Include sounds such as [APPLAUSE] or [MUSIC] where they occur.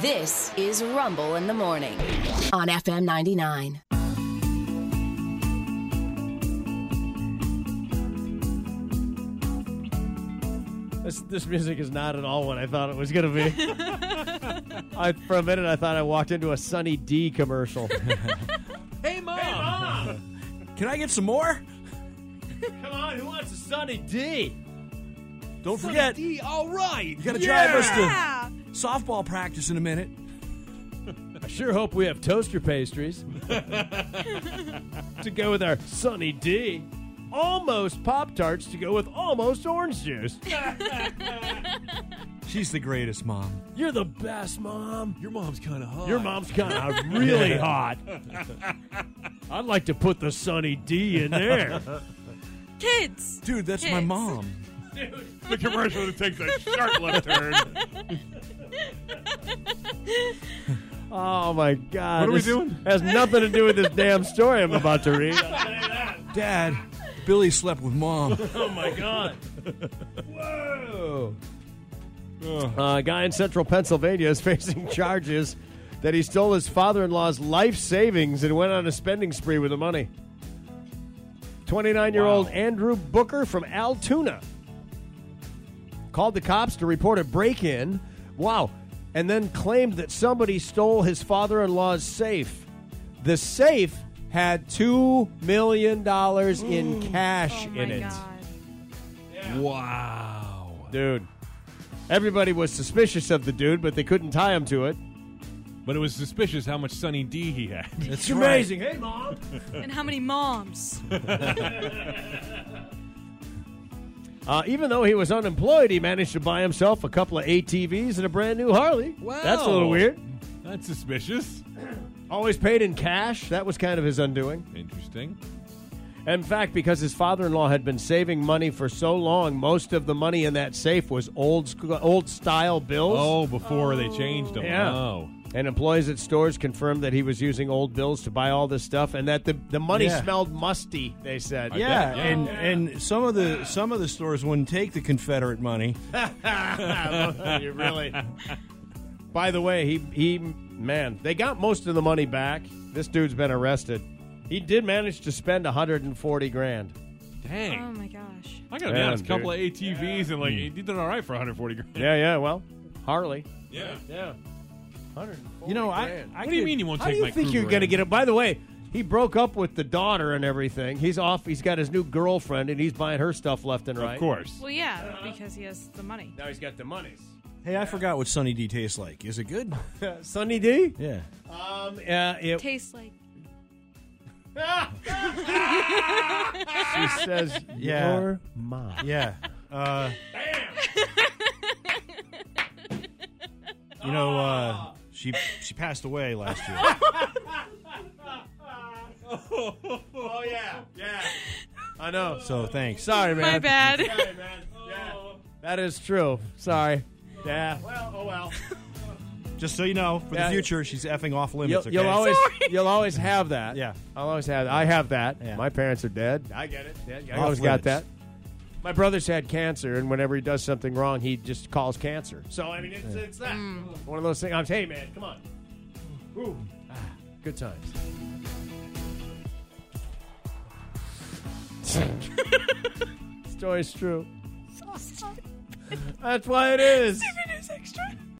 This is Rumble in the Morning on FM 99. This, this music is not at all what I thought it was going to be. I, for a minute, I thought I walked into a Sunny D commercial. Hey, mom. Can I get some more? Come on, who wants a Sunny D? Don't forget, you D, all right. gotta drive us to softball practice in a minute. I sure hope we have toaster pastries to go with our Sunny D. Almost Pop Tarts to go with almost orange juice. She's the greatest mom. You're the best, Mom. Your mom's kind of hot. Your mom's kind of really hot. I'd like to put the Sunny D in there. Kids. Dude, that's my Kids. mom. the commercial that takes a sharp left turn. What Oh my God! What are we This doing? Has nothing to do with this damn story I'm about to read. Dad, Billy slept with [LAUGHS] mom. oh my God! Whoa! Uh, a guy in Central Pennsylvania is [LAUGHS] facing charges that he stole his father-in-law's life savings and went on a spending spree with the money. Twenty-nine-year-old Andrew Booker from Altoona called the cops to report a break-in. Wow! And then claimed that somebody stole his father-in-law's safe. The safe had two million dollars in [GASPS] cash Oh my in it. God. Wow. Dude, everybody was suspicious of the dude, but they couldn't tie him to it. But it was suspicious how much Sunny D [LAUGHS] he had. That's Hey, mom. And how many moms? Uh, even though he was unemployed, he managed to buy himself a couple of ATVs and a brand new Harley. Wow. That's a little weird. That's suspicious. Always paid in cash. That was kind of his undoing. Interesting. In fact, because his father-in-law had been saving money for so long, most of the money in that safe was old sc- old style bills. Oh, before they changed him. Yeah. Oh. And employees at stores confirmed that he was using old bills to buy all this stuff and that the, the money Yeah. smelled musty, they said. Yeah, Yeah. and and some of the some of the stores wouldn't take the Confederate money. [LAUGHS] you really. [LAUGHS] By the way, he he man, they got most of the money back. This dude's been arrested. He did manage to spend 140 grand. Oh Dang. my gosh. I gotta be Yeah, honest, a couple of dude. Hmm. ATVs and like you did all right for 140 grand. Yeah, yeah. Well, Harley. Yeah. Yeah. 140. You know, I, grand. I What do you could- mean you won't How do take you my think Kruger you're going to in? get it? By the way, he broke up with the daughter and everything. He's off. He's got his new girlfriend, and he's buying her stuff left and right. Of course. Well, yeah, because he has the money. Now he's got the [LAUGHS] monies. Hey, I forgot what Sunny D tastes like. Is it good? Uh, Sunny D. Yeah. Um. Uh, [LAUGHS] it, Tastes like. she [LAUGHS] says, Yeah. "Your mom." [LAUGHS] Yeah. Uh, you know, uh, she she passed away last year. Oh yeah, yeah. I know. [LAUGHS] So thanks. Sorry, man. My bad. [LAUGHS] That is true. Sorry. Yeah. Well, oh well. Just so you know, for Yeah. the future, she's effing off You'll, limits. Okay? you'll always you'll always have that. Yeah. I'll always have. I have that. Yeah. My parents are dead. I get it. Yeah, I Off always got limits. that. My brother's had cancer, and whenever he does something wrong, he just calls cancer. So I mean, it's, it's that one of those things. I'm hey man, come on. Ooh. Ah, good times. [LAUGHS] Story's true. That's why it is.